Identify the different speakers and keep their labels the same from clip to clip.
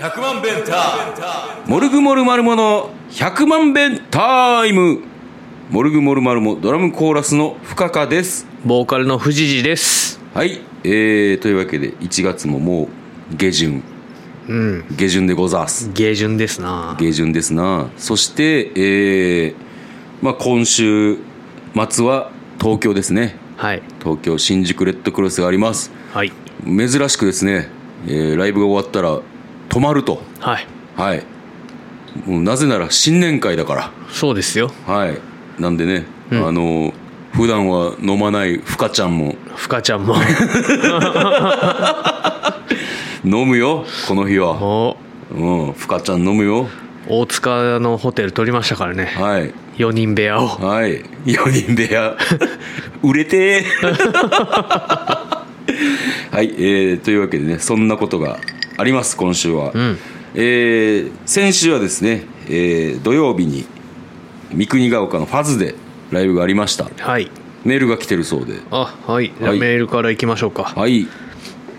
Speaker 1: 100万弁モルグモルマルモの100万弁タイムモルグモルマルモドラムコーラスの深川です
Speaker 2: ボーカルの藤次です
Speaker 1: はいえー、というわけで1月ももう下旬
Speaker 2: うん
Speaker 1: 下旬でございます
Speaker 2: 下旬ですな
Speaker 1: 下旬ですなそして、えーまあ、今週末は東京ですね
Speaker 2: はい
Speaker 1: 東京新宿レッドクロスがあります
Speaker 2: はい
Speaker 1: 珍しくですね、えーライブが終わったら泊まると
Speaker 2: はい
Speaker 1: はいもうなぜなら新年会だか
Speaker 2: そうですよ
Speaker 1: らはいなんでね、あの普段は飲まないふかちゃんも
Speaker 2: ふかちゃんも
Speaker 1: 飲むよこの日は
Speaker 2: お
Speaker 1: うんふかちゃん飲むよ
Speaker 2: 大塚のホテル取りましたからね
Speaker 1: はい
Speaker 2: 4人部屋を
Speaker 1: はい4人部屋 売れて ーはい、えーというわけでねそんなことがあります今週は、
Speaker 2: ん
Speaker 1: えー先週はですね、えー土曜日に三国ヶ丘のファズでライブがありました
Speaker 2: はい
Speaker 1: メールが来てるそうで
Speaker 2: あはいじゃあ
Speaker 1: はい
Speaker 2: メールからいきましょうか、
Speaker 1: はい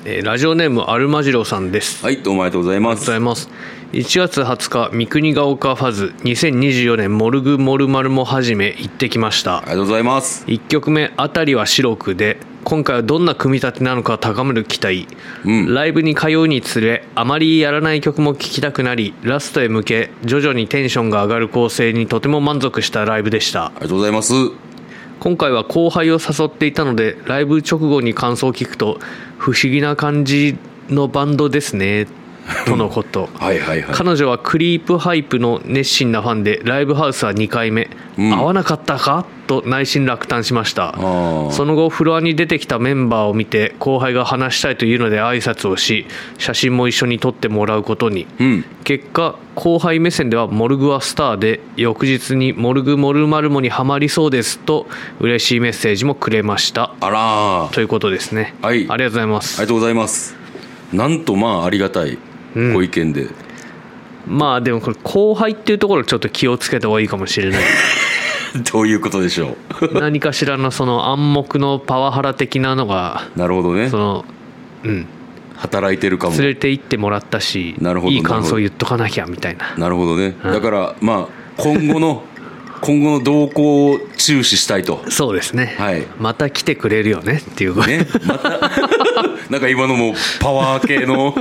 Speaker 2: えーラジオネームアルマジロさんですあり
Speaker 1: はいどうもありがとうございま
Speaker 2: がとうご
Speaker 1: す
Speaker 2: ざいます1月20日三国ヶ丘ファズ2024年モルグモルマルモはじめ行ってきました
Speaker 1: ありがとうございます
Speaker 2: 1曲目「あたりは白く」で今回はどんな組み立てなのか高める期待、
Speaker 1: うん
Speaker 2: ライブに通うにつれあまりやらない曲も聴きたくなりラストへ向け徐々にテンションが上がる構成にとても満足したライブでした
Speaker 1: ありがとうございます
Speaker 2: 今回は後輩を誘っていたのでライブ直後に感想を聞くと不思議な感じのバンドですねとのこと
Speaker 1: はいはいはい
Speaker 2: 彼女はクリープハイプの熱心なファンでライブハウスは2回目、
Speaker 1: うん
Speaker 2: 合わなかったかと内心落胆しました
Speaker 1: ああ
Speaker 2: その後フロアに出てきたメンバーを見て後輩が話したいというので挨拶をし写真も一緒に撮ってもらうことに
Speaker 1: うん
Speaker 2: 結果後輩目線ではモルグはスターで翌日に「モルグモルマルモにハマりそうです」と嬉しいメッセージもくれました
Speaker 1: あらー
Speaker 2: ということですね
Speaker 1: はい
Speaker 2: ありがとうございま
Speaker 1: ありが
Speaker 2: す
Speaker 1: とうございます。なんとまあありがたいご意見で、
Speaker 2: まあでもこれ後輩っていうところちょっと気をつけた方がいいかもしれない
Speaker 1: どういうことでしょ
Speaker 2: 何かしらのその暗黙のパワハラ的なのが
Speaker 1: う。なるほどね
Speaker 2: そ。のうん
Speaker 1: 働いてるかも
Speaker 2: 連。れて行ってもらったし
Speaker 1: なるほど
Speaker 2: いい感
Speaker 1: なるほど
Speaker 2: 想言っとかなきゃみたいな
Speaker 1: なるほどね。だからまあ今後 の今後の動向を注視したいと。
Speaker 2: そうですね、
Speaker 1: はい
Speaker 2: また来てくれるよねっていう、
Speaker 1: ね、ま たなんか今のもパワー系 の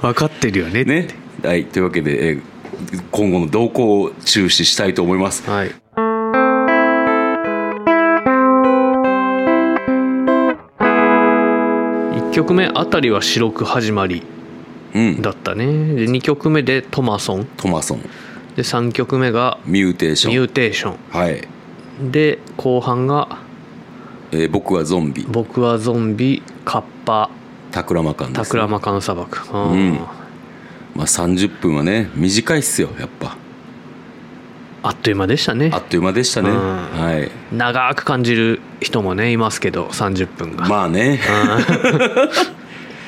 Speaker 2: 分かってるよね
Speaker 1: ねはいというわけで、えー今後の動向を注視したいと思います
Speaker 2: はい1曲目あたりは白く始まり
Speaker 1: うん
Speaker 2: だったねで2曲目でトマソン
Speaker 1: トマソン
Speaker 2: で3曲目が
Speaker 1: ミューテーシ
Speaker 2: ミ
Speaker 1: ョ
Speaker 2: ュ
Speaker 1: ン
Speaker 2: ーテーショ
Speaker 1: はい、
Speaker 2: ンで後半が
Speaker 1: えー僕はゾンビ
Speaker 2: 僕はゾンビカッパ
Speaker 1: タクラマカンで
Speaker 2: タ
Speaker 1: す
Speaker 2: ク
Speaker 1: ね、
Speaker 2: ラマカン砂漠あー
Speaker 1: うんまあ、30分はね短いっすよやっぱ
Speaker 2: あっという間でしたね
Speaker 1: あっという間でしたね。
Speaker 2: うん
Speaker 1: はい。
Speaker 2: 長く感じる人もねいますけど30分が、
Speaker 1: まあね。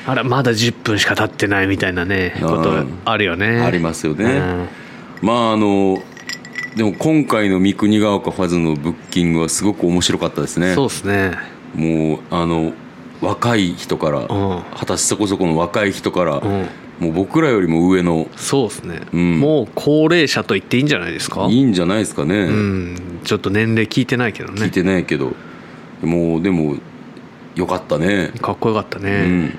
Speaker 2: あらまだ10分しか経ってないみたいなね
Speaker 1: うん
Speaker 2: ことあるよね
Speaker 1: ありますよね
Speaker 2: うん
Speaker 1: まああの、でも今回の三国ヶ丘ファズのブッキングはすごく面白かったですね。
Speaker 2: そうですね
Speaker 1: もう、あの、若い人から、
Speaker 2: うん
Speaker 1: 果たしそこそこの若い人から、
Speaker 2: うん
Speaker 1: もう僕らよりも上の、
Speaker 2: そうですね、
Speaker 1: うん
Speaker 2: もう高齢者と言っていいんじゃないですか
Speaker 1: いいんじゃないですかね。
Speaker 2: うんちょっと年齢聞いてないけど
Speaker 1: 聞
Speaker 2: ね
Speaker 1: いてないけど。もう、でも、よかったね。
Speaker 2: かっこよかった
Speaker 1: う
Speaker 2: ね
Speaker 1: ん。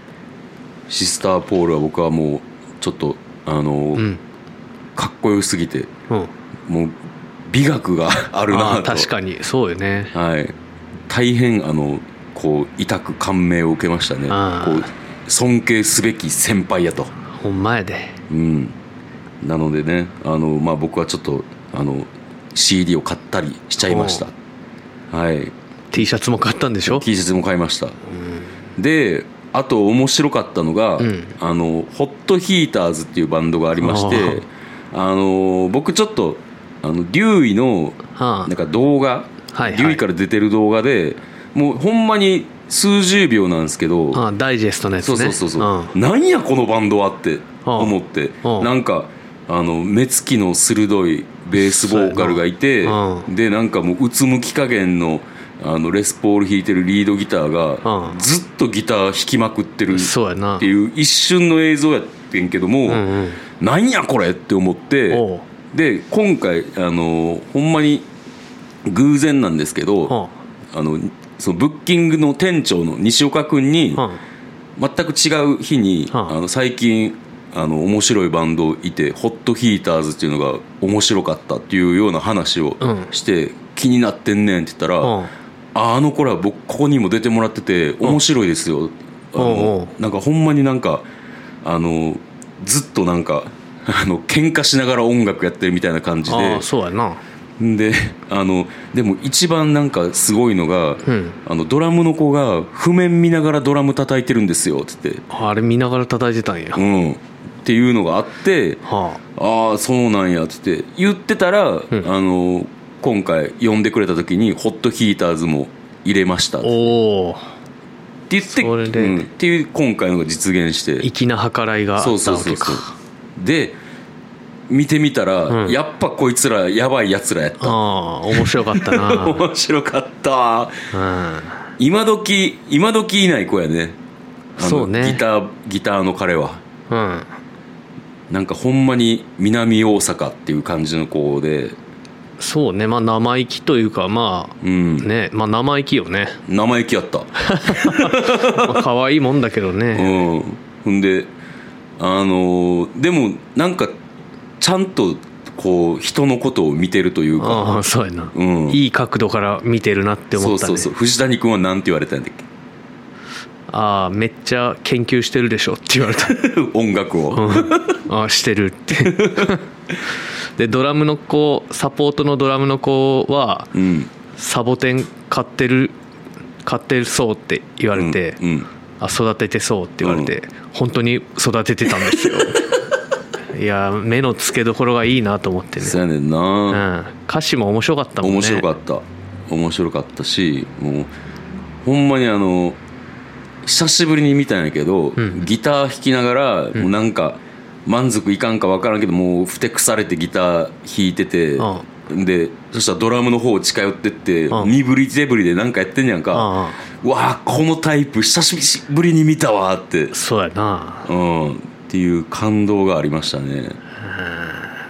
Speaker 1: シスター・ポールは僕はもう、ちょっと、あの、
Speaker 2: うん
Speaker 1: かっこよすぎて、
Speaker 2: うん、
Speaker 1: もう、美学がある
Speaker 2: あ
Speaker 1: な
Speaker 2: あ
Speaker 1: と。
Speaker 2: 確かにそうよね
Speaker 1: はい、大変あのこう痛く感銘を受けましたね
Speaker 2: あ
Speaker 1: こ
Speaker 2: ー
Speaker 1: う尊敬すべき先輩やと、
Speaker 2: ほんまやで
Speaker 1: うん、なのでねあの、まあ、僕はちょっとあの CD を買ったりしちゃいました、はい、
Speaker 2: T シャツも買ったんでしょ
Speaker 1: T シャツも買いました、であと面白かったのが、
Speaker 2: うん
Speaker 1: あのホットヒーターズっていうバンドがありましてあの僕ちょっとあの竜医の
Speaker 2: はあ
Speaker 1: なんか動画、
Speaker 2: はいはい
Speaker 1: リュウイから出てる動画で、もうほんまに数十秒なんですけど、
Speaker 2: ああダイジェストのやつ
Speaker 1: そ
Speaker 2: ね
Speaker 1: うそうそうそう、
Speaker 2: ん
Speaker 1: なんやこのバンドはって
Speaker 2: あ
Speaker 1: 思って、
Speaker 2: あ
Speaker 1: なんかあの目つきの鋭いベースボーカルがいて
Speaker 2: そうやな、
Speaker 1: でなんかもううつむき加減のあのレスポール弾いてるリードギターが
Speaker 2: うん
Speaker 1: ずっとギター弾きまくってるっ
Speaker 2: そうやな
Speaker 1: ていう一瞬の映像やってんけども、
Speaker 2: うんうん
Speaker 1: なんやこれって思って
Speaker 2: おう
Speaker 1: で今回あのほんまに偶然なんですけど
Speaker 2: は
Speaker 1: あのそのブッキングの店長の西岡君に
Speaker 2: あは
Speaker 1: 全く違う日にあ
Speaker 2: はあ
Speaker 1: の最近あの面白いバンドいてホットヒーターズっていうのが面白かったっていうような話を
Speaker 2: うん
Speaker 1: して気になってんねんって言ったら、
Speaker 2: あは
Speaker 1: ああの頃は僕ここにも出てもらってて面白いですよ、あ
Speaker 2: おうお
Speaker 1: の
Speaker 2: う
Speaker 1: なんかほんまになんかあのずっとなんかあの喧嘩しながら音楽やってるみたいな感じ
Speaker 2: ああ
Speaker 1: で
Speaker 2: あそうやな
Speaker 1: であのでも一番なんかすごいのが、
Speaker 2: ん
Speaker 1: あのドラムの子が譜面見ながらドラム叩いてるんですよって言って、
Speaker 2: あれ見ながら叩いてたんや
Speaker 1: う
Speaker 2: は
Speaker 1: ん、っていうのがあって
Speaker 2: あ
Speaker 1: ああそうなんやって言って言ってたら、あの今回呼んでくれた時にホットヒーターズも入れましたって
Speaker 2: おお
Speaker 1: って言って、
Speaker 2: それで
Speaker 1: うんっていう今回のが実現して
Speaker 2: 粋な計らいがあった
Speaker 1: そ
Speaker 2: わ
Speaker 1: う
Speaker 2: けか
Speaker 1: そうそうそうで見てみたら、
Speaker 2: うん
Speaker 1: やっぱこいつらやばいやつらやった
Speaker 2: ああ面白かった な
Speaker 1: 面白かった
Speaker 2: うん
Speaker 1: 今時今時いない子やねあの
Speaker 2: そうね
Speaker 1: ギターギターの彼は
Speaker 2: うん
Speaker 1: なんかほんまに南大阪っていう感じの子で
Speaker 2: そうねまあ生意気というかま
Speaker 1: う
Speaker 2: あ
Speaker 1: ん
Speaker 2: ねまあ生意気よね、
Speaker 1: 生意気やった
Speaker 2: まあ、可愛いもんだけど
Speaker 1: う
Speaker 2: ね、
Speaker 1: んほんであのーでもなんかちゃんとこう人のことを見てるというか
Speaker 2: ああそうやな、
Speaker 1: うん
Speaker 2: いい角度から見てるなって思ったね
Speaker 1: そうそうそう藤谷君は何て言われたんだっけ
Speaker 2: ああめっちゃ研究してるでしょって言わ れた
Speaker 1: 音楽を、
Speaker 2: うんああしてるって でドラムの子サポートのドラムの子は
Speaker 1: うん、
Speaker 2: サボテン買ってる買ってるそうって言われて、
Speaker 1: うんうん
Speaker 2: あ育ててそうって言われて、本当に育ててたんで すよいや目の付けどころがいいなと思ってね
Speaker 1: そうやねん
Speaker 2: う
Speaker 1: な、
Speaker 2: ん、歌詞も面白かったもんね
Speaker 1: 面白かった面白かったしもうほんまにあの久しぶりに見たんやけど、
Speaker 2: ん
Speaker 1: ギター弾きながら、もうなんか満足いかんか分からんけどもうふてくされてギター弾いてて、
Speaker 2: あ
Speaker 1: でそしたらドラムの方近寄ってって、
Speaker 2: あ
Speaker 1: 身振り手振りでなんかやってんやんか、
Speaker 2: あ
Speaker 1: わあこのタイプ久しぶりに見たわって
Speaker 2: あそうやな
Speaker 1: うん、っていう感動がありましたね。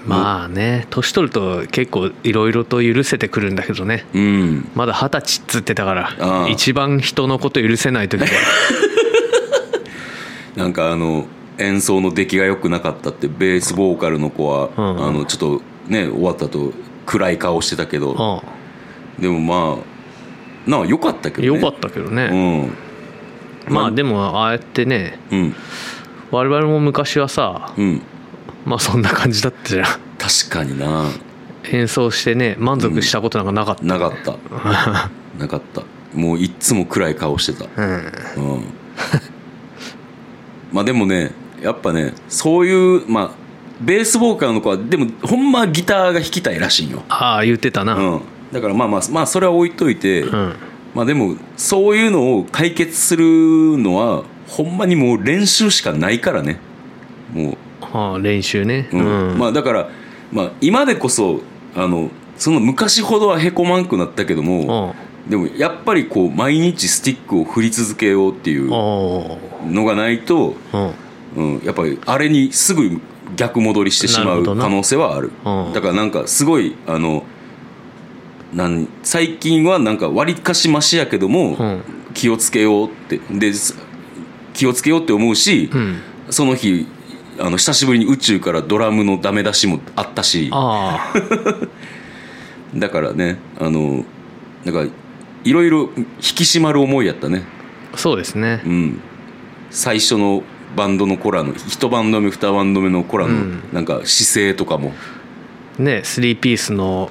Speaker 2: まあね年取ると結構いろいろと許せてくるんだけどね
Speaker 1: うん。
Speaker 2: まだ二十歳っつってたから
Speaker 1: ああ
Speaker 2: 一番人のこと許せな い時は
Speaker 1: なんかあの、演奏の出来が良くなかったって、ベースボーカルの子は、
Speaker 2: うん
Speaker 1: あの、ちょっとね、終わったと暗い顔してたけど、
Speaker 2: う
Speaker 1: でもまあ、なあ、良かったけ
Speaker 2: ん
Speaker 1: ど
Speaker 2: よ
Speaker 1: ね。
Speaker 2: かったけどね、まあでもああやってね
Speaker 1: うん。うん。
Speaker 2: 我々も昔はさ
Speaker 1: うん。
Speaker 2: まあそんな感じだったじゃん
Speaker 1: 確かにな
Speaker 2: 演奏してね満足したことなんかなかった、
Speaker 1: なか った。なかった。もういっつも暗い顔してた。
Speaker 2: うん
Speaker 1: うん、 まあでもねやっぱねそういうまあベースボーカルの子はでもほんまギターが弾きたいらしいんよ、
Speaker 2: ああ言ってたな、
Speaker 1: うん、だからまあまあまあそれは置いといて、
Speaker 2: うん
Speaker 1: まあでもそういうのを解決するのはほんまにもう練習しかないからねもう
Speaker 2: ああ練習ねう、
Speaker 1: うんんまあだから、まあ、今でこそあのその昔ほどはへこまんくなったけども、でもやっぱりこう毎日スティックを振り続けようっていう
Speaker 2: おお
Speaker 1: のがないと、
Speaker 2: うん
Speaker 1: うん、やっぱりあれにすぐ逆戻りしてし
Speaker 2: な
Speaker 1: まう
Speaker 2: るほどな
Speaker 1: 可能性はある
Speaker 2: うん
Speaker 1: だからなんかすごいあのなん最近はなんか割かしましやけども、
Speaker 2: うん
Speaker 1: 気をつけようってです気をつけようって思うし、
Speaker 2: うん
Speaker 1: その日あの久しぶりに宇宙からドラムのダメ出しもあったし
Speaker 2: ああ
Speaker 1: だからねあのなんかいろいろ引き締まる思いやったね
Speaker 2: そうですね
Speaker 1: うん、最初のバンドのコラの一バンド目二バンド目のコラの
Speaker 2: うん
Speaker 1: なんか姿勢とかも、
Speaker 2: ね3ピースの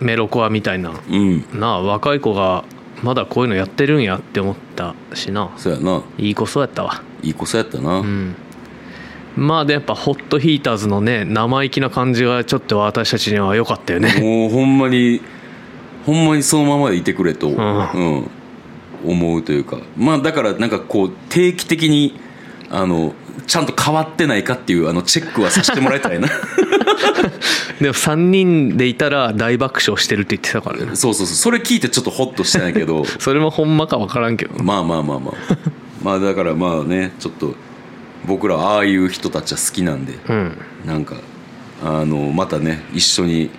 Speaker 2: メロコアみたいな
Speaker 1: うん、
Speaker 2: なあ若い子がまだこういうのやってるんやって思ったしな
Speaker 1: そうやない
Speaker 2: い子そうやったわ
Speaker 1: いい子さやったな、
Speaker 2: うんまあでやっぱホットヒーターズのね生意気な感じがちょっと私たちには良かったよね
Speaker 1: もうほんまにほんまにそのままでいてくれと、うん
Speaker 2: ん
Speaker 1: 思うというかまあだからなんかこう定期 的にあのちゃんと変わってないかっていうあのチェックはさせてもらいたいな
Speaker 2: でも3人でいたら大爆笑してるって言ってたからね
Speaker 1: そうそうそうそれ聞いてちょっとホッとしたんやけど
Speaker 2: それもほんまか分からんけど
Speaker 1: まあまあまあまあまあだからまあねちょっと僕らああいう人たちは好きなんで
Speaker 2: うん
Speaker 1: なんかあのまたね一緒に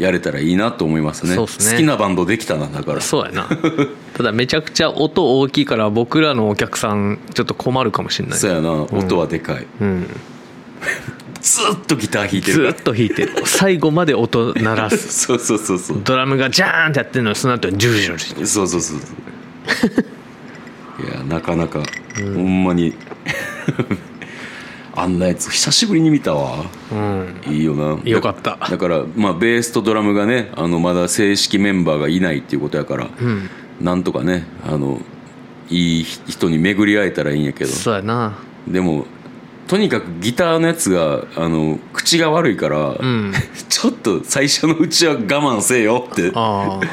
Speaker 1: やれたらいいなと思いますね
Speaker 2: そうっすね
Speaker 1: 好きなバンドできたなだから
Speaker 2: そうやな ただめちゃくちゃ音大きいから僕らのお客さんちょっと困るかもしれない
Speaker 1: そうやな、音はでかい
Speaker 2: うん、
Speaker 1: ずーっとギター弾いて
Speaker 2: ず
Speaker 1: る
Speaker 2: ーっと弾いて最後まで音鳴らす
Speaker 1: そうそうそうそう
Speaker 2: ドラムがジャーンってやってるのにその後にジュルジュルジュル
Speaker 1: そうそう そうそういやなかなか、ほんまに あんなやつ久しぶりに見たわ
Speaker 2: うん
Speaker 1: いいよな
Speaker 2: よかった
Speaker 1: だだからまあベースとドラムがねあのまだ正式メンバーがいないっていうことやから、
Speaker 2: うん
Speaker 1: なんとかねあのいい人に巡り会えたらいいんやけど
Speaker 2: そうやな
Speaker 1: でもとにかくギターのやつがあの口が悪いから、
Speaker 2: うん
Speaker 1: ちょっと最初のうちは我慢せよって
Speaker 2: ああ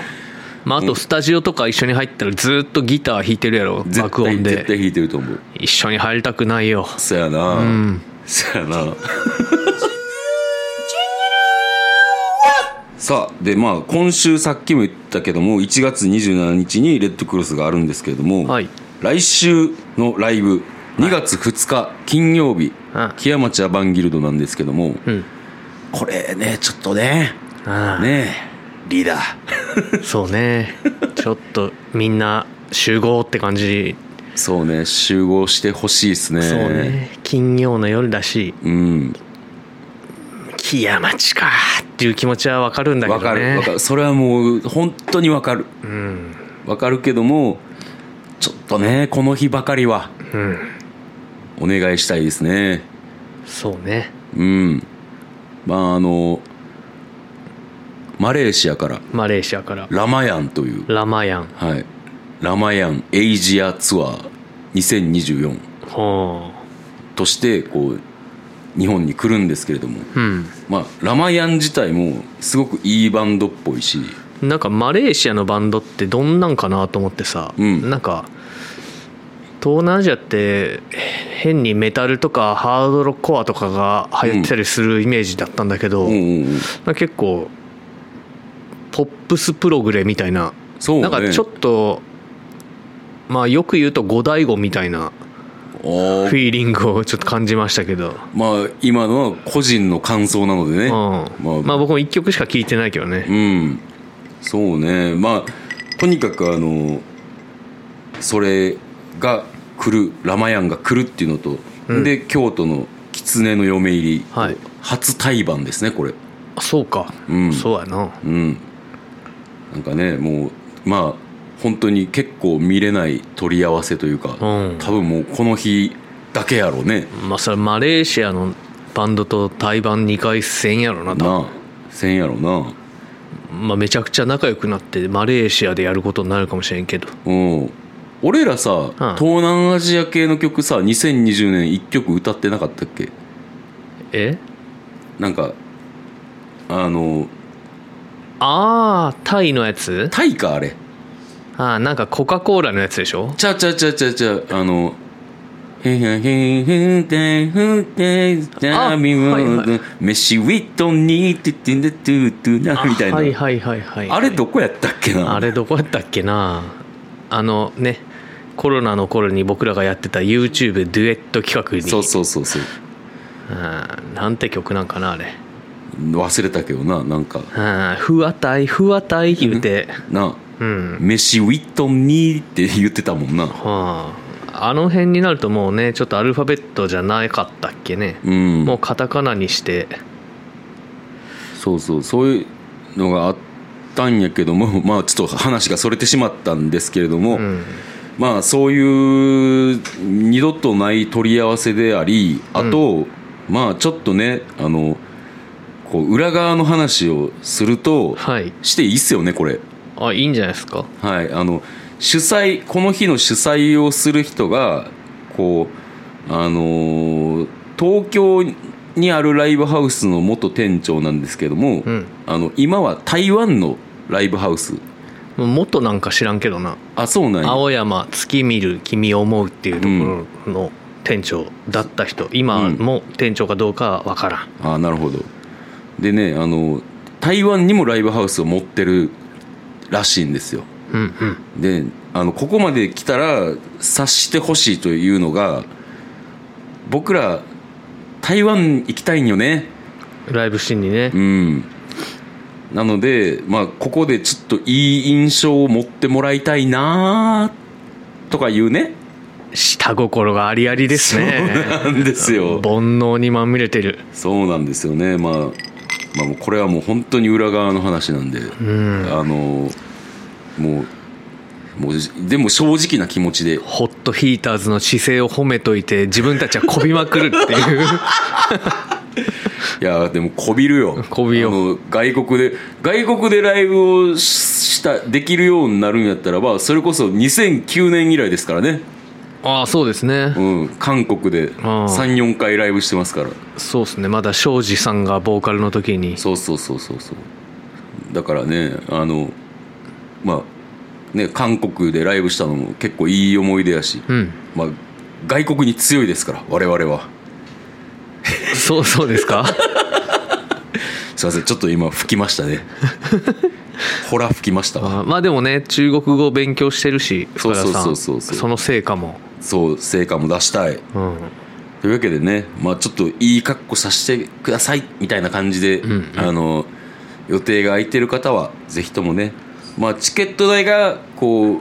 Speaker 2: まああとスタジオとか一緒に入ったらずーっとギター弾いてるやろ
Speaker 1: 絶
Speaker 2: 爆
Speaker 1: 対
Speaker 2: 音
Speaker 1: 絶
Speaker 2: で
Speaker 1: 対弾いてると思う
Speaker 2: 一緒に入りたくないよ
Speaker 1: そやな、
Speaker 2: ん
Speaker 1: そやなさあでまあ今週さっきも言ったけども1月27日にレッドクロスがあるんですけれども、
Speaker 2: はい
Speaker 1: 来週のライブ2月2日金曜日、
Speaker 2: うん
Speaker 1: 木屋町アバンギルドなんですけども、
Speaker 2: うん
Speaker 1: これねちょっとね
Speaker 2: ああ
Speaker 1: ねえリーダー
Speaker 2: そ うねちょっとみんな集合って感じ、
Speaker 1: そうね集合してほしいですね
Speaker 2: そうね金曜の夜だし
Speaker 1: うん
Speaker 2: 木屋町かっていう気持ちはわかるんだけ
Speaker 1: わ
Speaker 2: どね
Speaker 1: かるわかるそれはもう本当にわかる
Speaker 2: うん
Speaker 1: わかるけどもちょっとねこの日ばかりは
Speaker 2: うん
Speaker 1: お願いしたいですね
Speaker 2: そうね
Speaker 1: うんまああのマレーシアから
Speaker 2: マレーシアから
Speaker 1: ラマヤンという
Speaker 2: ラマヤン
Speaker 1: はいラマヤンエイジアツアー2024
Speaker 2: ほ
Speaker 1: としてこう日本に来るんですけれども
Speaker 2: ううん
Speaker 1: まあラマヤン自体もすごくいいバンドっぽいし
Speaker 2: なんかマレーシアのバンドってどんなんかなと思ってさ、
Speaker 1: うん
Speaker 2: なんか東南アジアって変にメタルとかハードロコアとかが流行ってたりするイメージだったんだけど、
Speaker 1: うんうんうん
Speaker 2: なんか結構ポップスプログレみたいな、
Speaker 1: そうね
Speaker 2: なんかちょっとまあよく言うと五醍醐みたいな
Speaker 1: あー
Speaker 2: フィーリングをちょっと感じましたけど、
Speaker 1: まあ今のは個人の感想なのでね
Speaker 2: うん
Speaker 1: まあ
Speaker 2: まあ僕も1曲しか聴いてないけどね
Speaker 1: うんそうねまあとにかくあのそれが来るラマヤンが来るっていうのと、
Speaker 2: うん
Speaker 1: で京都の狐の嫁入り、
Speaker 2: はい
Speaker 1: 初対バンですねこれ
Speaker 2: あそうか、
Speaker 1: うん
Speaker 2: そうやな
Speaker 1: うんなんかねもうまあ本当に結構見れない取り合わせというか、
Speaker 2: うん
Speaker 1: 多分もうこの日だけやろうね
Speaker 2: まあそれマレーシアのバンドと台湾2回戦やろなと、
Speaker 1: なあせんやろな
Speaker 2: まあ、めちゃくちゃ仲良くなってマレーシアでやることになるかもしれんけど
Speaker 1: うん俺らさ、東南アジア系の曲さ2020年1曲歌ってなかったっけ
Speaker 2: え
Speaker 1: なんかあの
Speaker 2: ああタイのやつ
Speaker 1: タイかあれ
Speaker 2: ああなんかコカ・コーラのやつでしょ
Speaker 1: ちゃうちゃうちゃうちゃうちゃうあの「へへへへんてんふんてんじゃみ
Speaker 2: あはいは
Speaker 1: む飯ウィットにててんでトゥトゥ な」みたいな、
Speaker 2: はいはいはいはい
Speaker 1: あれどこやったっけな
Speaker 2: あれどこやったっけなあのねコロナの頃に僕らがやってた YouTube デュエット企画に
Speaker 1: そうそうそうそう
Speaker 2: うんなんて曲なんかなあれ
Speaker 1: 忘れたけどななんか
Speaker 2: うんふわたいふわたい言うて
Speaker 1: な
Speaker 2: うん
Speaker 1: 飯ウィットにって言ってたもんな
Speaker 2: はあ、あの辺になるともうねちょっとアルファベットじゃなかったっけね、
Speaker 1: うん
Speaker 2: もうカタカナにして
Speaker 1: そうそうそういうのがあったんやけども まあちょっと話がそれてしまったんですけれども、
Speaker 2: うん
Speaker 1: まあそういう二度とない取り合わせでありあと、まあちょっとねあのこう裏側の話をすると
Speaker 2: はい
Speaker 1: していいっすよねこれ
Speaker 2: あいいんじゃないですか
Speaker 1: はいあの主催この日の主催をする人がこうあのー東京にあるライブハウスの元店長なんですけども、
Speaker 2: うん
Speaker 1: あの今は台湾のライブハウス
Speaker 2: もう元なんか知らんけどな
Speaker 1: あそうなんや
Speaker 2: 青山月見る君を思うっていうところの店長だった人、今も店長かどうかは分からん
Speaker 1: あなるほどでねあの台湾にもライブハウスを持ってるらしいんですよ
Speaker 2: うんうん
Speaker 1: であのここまで来たら察してほしいというのが僕ら台湾行きたいんよね
Speaker 2: ライブシーンにね
Speaker 1: うんなのでまあここでちょっといい印象を持ってもらいたいなとかいうね
Speaker 2: 下心がありありですね
Speaker 1: なんですよ
Speaker 2: 煩悩にまみれてる
Speaker 1: そうなんですよね、まあ、まあもうこれはもう本当に裏側の話なんで、
Speaker 2: うん
Speaker 1: あのもうもうでも正直な気持ちで
Speaker 2: ホットヒーターズの姿勢を褒めといて自分たちはこびまくるって いう
Speaker 1: いやでもこびるよ
Speaker 2: こびよう
Speaker 1: あの外国で外国でライブをししたできるようになるんやったらばそれこそ2009年以来ですからね、
Speaker 2: ああそうですね
Speaker 1: うん、韓国で
Speaker 2: ああ
Speaker 1: 34回ライブしてますから
Speaker 2: そうですねまだ庄司さんがボーカルの時に
Speaker 1: そうそうそうそうそうだからねあのまあね韓国でライブしたのも結構いい思い出やし、
Speaker 2: うん
Speaker 1: まあ、外国に強いですから我々は
Speaker 2: そうそうですか
Speaker 1: すいませんちょっと今吹きました ねほら吹きましたわ
Speaker 2: あーまあでもね中国語を勉強してるし
Speaker 1: そう
Speaker 2: 深田さん
Speaker 1: そうそうそうそう
Speaker 2: の成果も
Speaker 1: そう成果も出したい
Speaker 2: うん
Speaker 1: というわけでね、まあ、ちょっといい格好させてくださいみたいな感じで、
Speaker 2: んうん
Speaker 1: あの予定が空いてる方はぜひともね、まあ、チケット代がこう、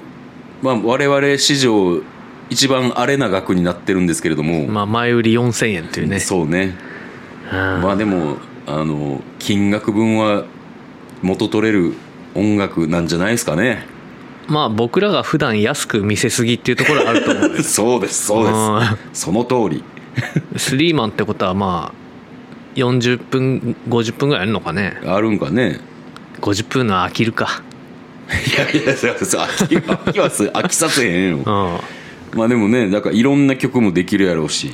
Speaker 1: まあ、我々史上一番アレな額になってるんですけれども、
Speaker 2: まあ前売り4000円っていうね
Speaker 1: そうね、
Speaker 2: うん
Speaker 1: まあでもあの金額分は元取れる音楽なんじゃないですかね
Speaker 2: まあ僕らが普段安く見せすぎっていうところはあると思 う
Speaker 1: そうですそうですその通り
Speaker 2: スリーマンってことはまあ40分50分ぐらいあるのかね
Speaker 1: あるんかね
Speaker 2: 50分のは飽きるか
Speaker 1: いやいやそうそう飽き飽きはす飽きさせへんよ
Speaker 2: うん
Speaker 1: まあでもねだからいろんな曲もできるやろうし、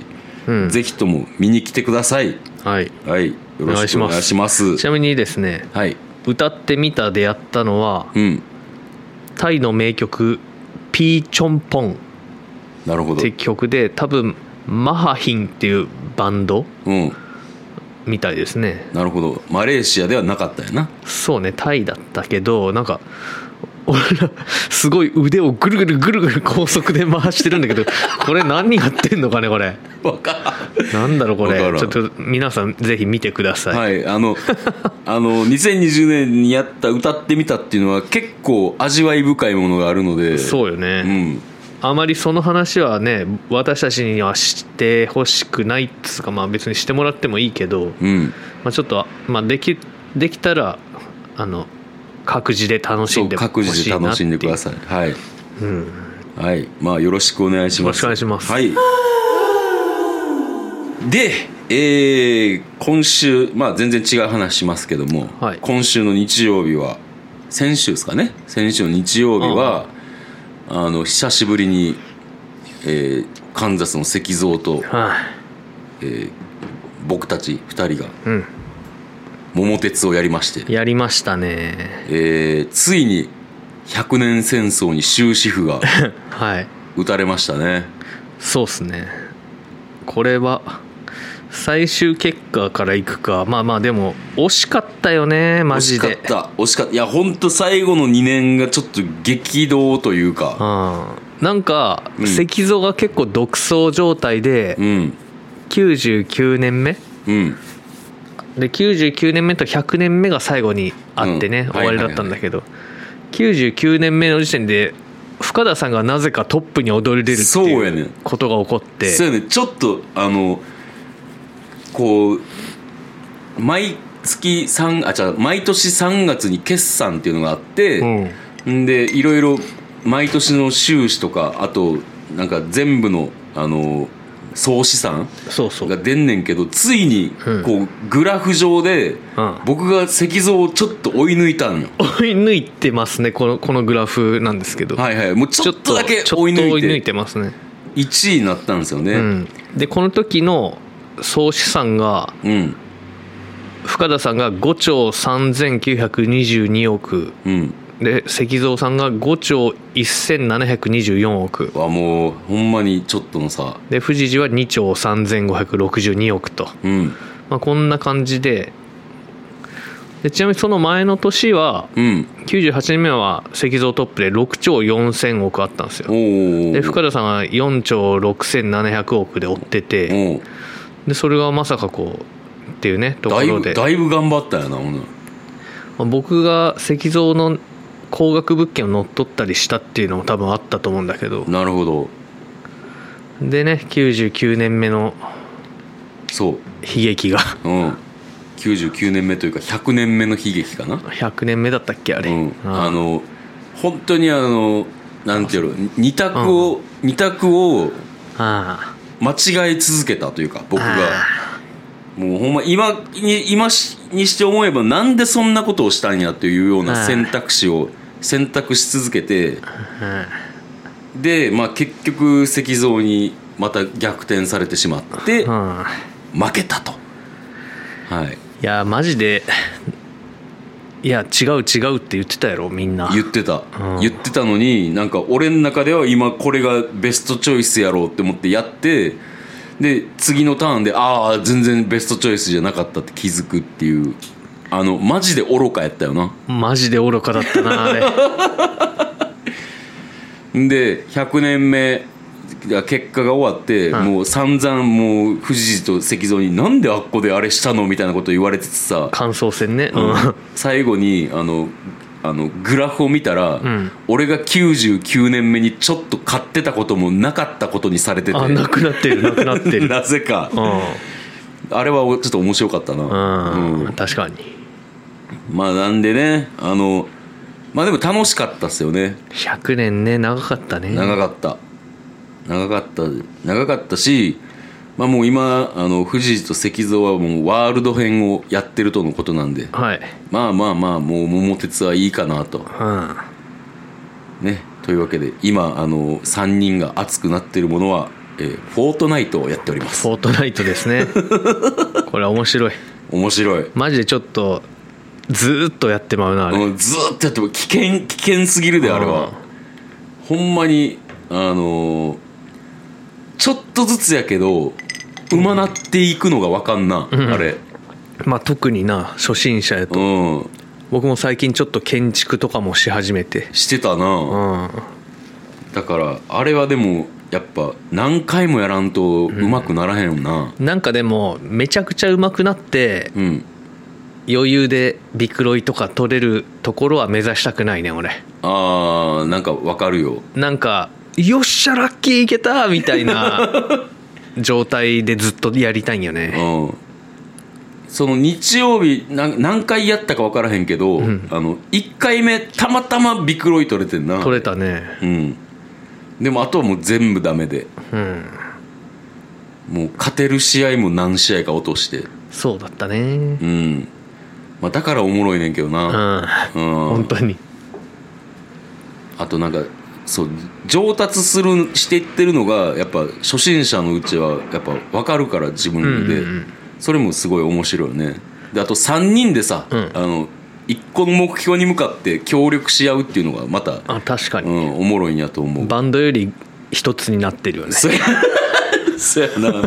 Speaker 2: うん
Speaker 1: ぜひとも見に来てください
Speaker 2: はい
Speaker 1: はいよろしくお願いします
Speaker 2: ちなみにですね
Speaker 1: はい
Speaker 2: 歌ってみたでやったのは
Speaker 1: うん
Speaker 2: タイの名曲「ピーチョンポン」
Speaker 1: なるほ
Speaker 2: っ
Speaker 1: ど
Speaker 2: て曲で多分マハヒンっていうバンド
Speaker 1: うん
Speaker 2: みたいですね
Speaker 1: なるほどマレーシアではなかったよな
Speaker 2: そうねタイだったけどなんか俺らすごい腕をぐるぐるぐるぐる高速で回してるんだけどこれ何やってんのかねこれ
Speaker 1: わか
Speaker 2: なんだろうこれ
Speaker 1: わから
Speaker 2: ちょ
Speaker 1: ん
Speaker 2: っと皆さんぜひ見てください、
Speaker 1: はいあのあの2020年にやった歌ってみたっていうのは結構味わい深いものがあるのでう
Speaker 2: そうよね、
Speaker 1: ん
Speaker 2: あまりその話はね私たちにはしてほしくないっつうかまあ別にしてもらってもいいけど、
Speaker 1: うん
Speaker 2: まあ、ちょっと、まあ、できできたらあの各自で楽し
Speaker 1: そ
Speaker 2: ん
Speaker 1: う
Speaker 2: でほ
Speaker 1: 各自
Speaker 2: しい
Speaker 1: で
Speaker 2: なって
Speaker 1: 楽し
Speaker 2: いう
Speaker 1: んでくださいはい
Speaker 2: うん
Speaker 1: はい、まあよろしくお願いします。
Speaker 2: よろしくお願いします
Speaker 1: はい。で、えー今週まあ全然違う話しますけども、
Speaker 2: はい
Speaker 1: 今週の日曜日は先週ですかね。先週の日曜日はあの久しぶりに、えーカンザスの石像と、
Speaker 2: はい、
Speaker 1: えー僕たち二人が
Speaker 2: うん
Speaker 1: 桃鉄をやりまして、
Speaker 2: やりましたね
Speaker 1: えーついに百年戦争に終止符が
Speaker 2: はい
Speaker 1: 打たれましたね。
Speaker 2: そうっすねこれは最終結果からいくかまあまあでも惜しかったよねマジで
Speaker 1: 惜しかった惜しかったいや本当最後の2年がちょっと激動というか
Speaker 2: うんなんか、
Speaker 1: うん
Speaker 2: 石像が結構独走状態で、
Speaker 1: うん
Speaker 2: 99年目
Speaker 1: うん
Speaker 2: で99年目と100年目が最後にあってね、
Speaker 1: うん
Speaker 2: 終わりだったんだけど、99年目の時点で深田さんがなぜかトップに躍り出るって
Speaker 1: そうや
Speaker 2: い
Speaker 1: ね
Speaker 2: うことが起こって
Speaker 1: そうやねちょっとあのこう毎月3あ違う毎年3月に決算っていうのがあって、
Speaker 2: うん
Speaker 1: んでいろいろ毎年の収支とかあとなんか全部のあの総資産
Speaker 2: そうそう
Speaker 1: が出んねんけどついに
Speaker 2: うん
Speaker 1: こう、グラフ上で、
Speaker 2: うん
Speaker 1: 僕が石像をちょっと追い抜いたんよ
Speaker 2: 追い抜いてますねこのこのグラフなんですけど、
Speaker 1: はいはいもうちょっとだけ
Speaker 2: ちょっと
Speaker 1: 追い抜
Speaker 2: 追
Speaker 1: い
Speaker 2: い抜い
Speaker 1: て
Speaker 2: てますね、
Speaker 1: 1位になったんですよね
Speaker 2: う
Speaker 1: うん、
Speaker 2: ん、でこの時の総資産が
Speaker 1: うん
Speaker 2: 深田さんが5兆3922億で石像さんが5兆1724億
Speaker 1: はもうほんまにちょっとのさ
Speaker 2: で富士寺は2兆3562億と、
Speaker 1: うん
Speaker 2: まあ、こんな感じででちなみにその前の年は
Speaker 1: うん
Speaker 2: 98年目は石像トップで6兆4000億あったんですよ
Speaker 1: おお
Speaker 2: で深田さんが4兆6700億で追ってて
Speaker 1: おう
Speaker 2: でそれがまさかこうっていうねとこ
Speaker 1: だい
Speaker 2: ろ
Speaker 1: ぶ
Speaker 2: で
Speaker 1: だいぶ頑張ったよなほな
Speaker 2: 僕が石像の高額物件を乗っ取ったりしたっていうのも多分あったと思うんだけど
Speaker 1: なるほど
Speaker 2: でね99年目の
Speaker 1: そう
Speaker 2: 悲劇が
Speaker 1: うん99年目というか100年目の悲劇かな
Speaker 2: 100年目だったっけあれ、
Speaker 1: うん、
Speaker 2: あ
Speaker 1: あの本当にあのなんていうの二択を、二択を
Speaker 2: あ
Speaker 1: 間違え続けたというか僕
Speaker 2: あ
Speaker 1: がもうほんま今に今しにして思えばなんでそんなことをしたんやというよう
Speaker 2: あ
Speaker 1: な
Speaker 2: あ
Speaker 1: 選択肢を選択し続けて
Speaker 2: あ
Speaker 1: で、まあ、結局石像にまた逆転されてしまって負
Speaker 2: うん
Speaker 1: けたとはい
Speaker 2: いやマジでいや違う違うって言ってたやろみんな
Speaker 1: 言ってた、
Speaker 2: うん
Speaker 1: 言ってたのになんか俺の中では今これがベストチョイスやろうって思ってやってで次のターンでああ全然ベストチョイスじゃなかったって気づくっていうあのマジで愚かやったよな
Speaker 2: マジで愚かだったなあ れ
Speaker 1: んで100年目が結果が終わって、
Speaker 2: うん
Speaker 1: もう散々もう富士と石像になんであっこであれしたのみたいなこと言われててさ
Speaker 2: 感想戦ねうん、
Speaker 1: 最後にあのあのグラフを見たら、
Speaker 2: ん
Speaker 1: 俺が99年目にちょっと買ってたこともなかったことにされてて
Speaker 2: あなくなってるなくなってる
Speaker 1: なぜか
Speaker 2: う
Speaker 1: あれはおちょっと面白かったな、
Speaker 2: ん、
Speaker 1: う
Speaker 2: うん、
Speaker 1: ん
Speaker 2: 確かに
Speaker 1: まあなんでねあのまあでも楽しかったっすよね
Speaker 2: 100年ね長かったね
Speaker 1: 長かった長かった長かったしまあもう今あの富士と石像はもうワールド編をやってるとのことなんで
Speaker 2: はい
Speaker 1: まあまあまあもう桃鉄はいいかなと
Speaker 2: うん
Speaker 1: ね、というわけで今あの3人が熱くなっているものは、えーフォートナイトをやっております
Speaker 2: フォートナイトで すねこれは面白い
Speaker 1: 面白い
Speaker 2: マジでちょっとずーっとやってまうなあれ
Speaker 1: もうずーっとやっても危険危険すぎるであれ
Speaker 2: う
Speaker 1: は
Speaker 2: ん
Speaker 1: ほんまにあのーちょっとずつやけどうまなっていくのが分かんな、あれ
Speaker 2: まあ特にな初心者やと
Speaker 1: うん
Speaker 2: 僕も最近ちょっと建築とかもし始めて
Speaker 1: してた
Speaker 2: う
Speaker 1: な、
Speaker 2: ん
Speaker 1: だからあれはでもやっぱ何回もやらんとうまくならへんよな
Speaker 2: なんかでもめちゃくちゃうまくなって
Speaker 1: うん
Speaker 2: 余裕でビクロイとか取れるところは目指したくないね俺
Speaker 1: あーなんか分かるよ
Speaker 2: なんかよっしゃラッキーいけたみた いな状態でずっとやりたいんよね
Speaker 1: うん、その日曜日なん何回やったか分からへんけど、あの1回目たまたまビクロイ取れてんな
Speaker 2: 取れたね
Speaker 1: うん、でもあとはもう全部ダメで
Speaker 2: うん
Speaker 1: もう勝てる試合も何試合か落として、
Speaker 2: そうだったね
Speaker 1: うんまあ、だからおもろいねんけど
Speaker 2: うん
Speaker 1: な、うん
Speaker 2: 本当に
Speaker 1: あとなんかそう上達するしていってるのがやっぱ初心者のうちはやっぱ分かるから自分で、
Speaker 2: うんうんうん
Speaker 1: それもすごい面白いよねであと3人でさ、
Speaker 2: うん
Speaker 1: あの1個の目標に向かって協力し合うっていうのがまた、
Speaker 2: あ確か
Speaker 1: う
Speaker 2: に
Speaker 1: ん、おもろいんやと思う
Speaker 2: バンドより一つになってるよね
Speaker 1: そやそやなもう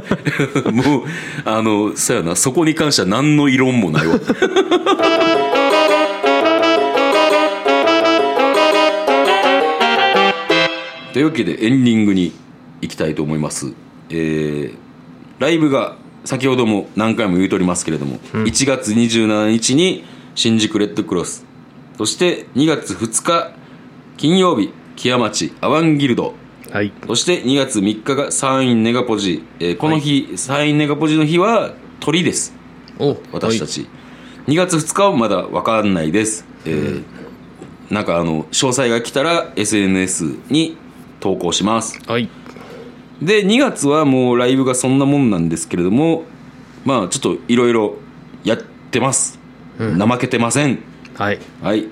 Speaker 1: あのそやなそこに関しては何の異論もないわというわけでエンディングに行きたいと思いますえーライブが先ほども何回も言うとりますけれども、1月27日に新宿レッドクロスそして2月2日金曜日木屋町アワンギルド
Speaker 2: はい
Speaker 1: そして2月3日がサインネガポジ、えーこの日、サインネガポジの日は鳥です
Speaker 2: お
Speaker 1: 私たち、2月2日はまだ分かんないです、えーなんかあの詳細が来たら SNS に投稿します
Speaker 2: はい
Speaker 1: で2月はもうライブがそんなもんなんですけれどもまあちょっといろいろやってます、怠けてません
Speaker 2: はい
Speaker 1: はい、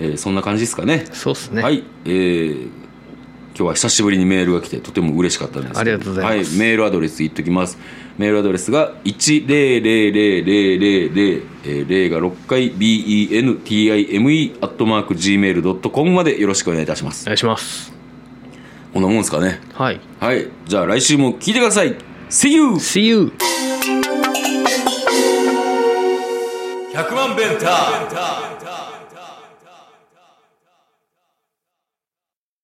Speaker 1: えーそんな感じですかね
Speaker 2: そうっすね
Speaker 1: はい、えー今日は久しぶりにメールが来てとても嬉しかったんですけど
Speaker 2: ありがとうございます
Speaker 1: はい、メールアドレス言っときますメールアドレスが1000000えー0が6回 bentime.gmail.com までよろしくお願いいたしま
Speaker 2: お
Speaker 1: す
Speaker 2: 願いします
Speaker 1: こんなもんですかね
Speaker 2: はい
Speaker 1: はいじゃあ来週も聞いてください See you!
Speaker 2: See you!
Speaker 1: 100万ンベンター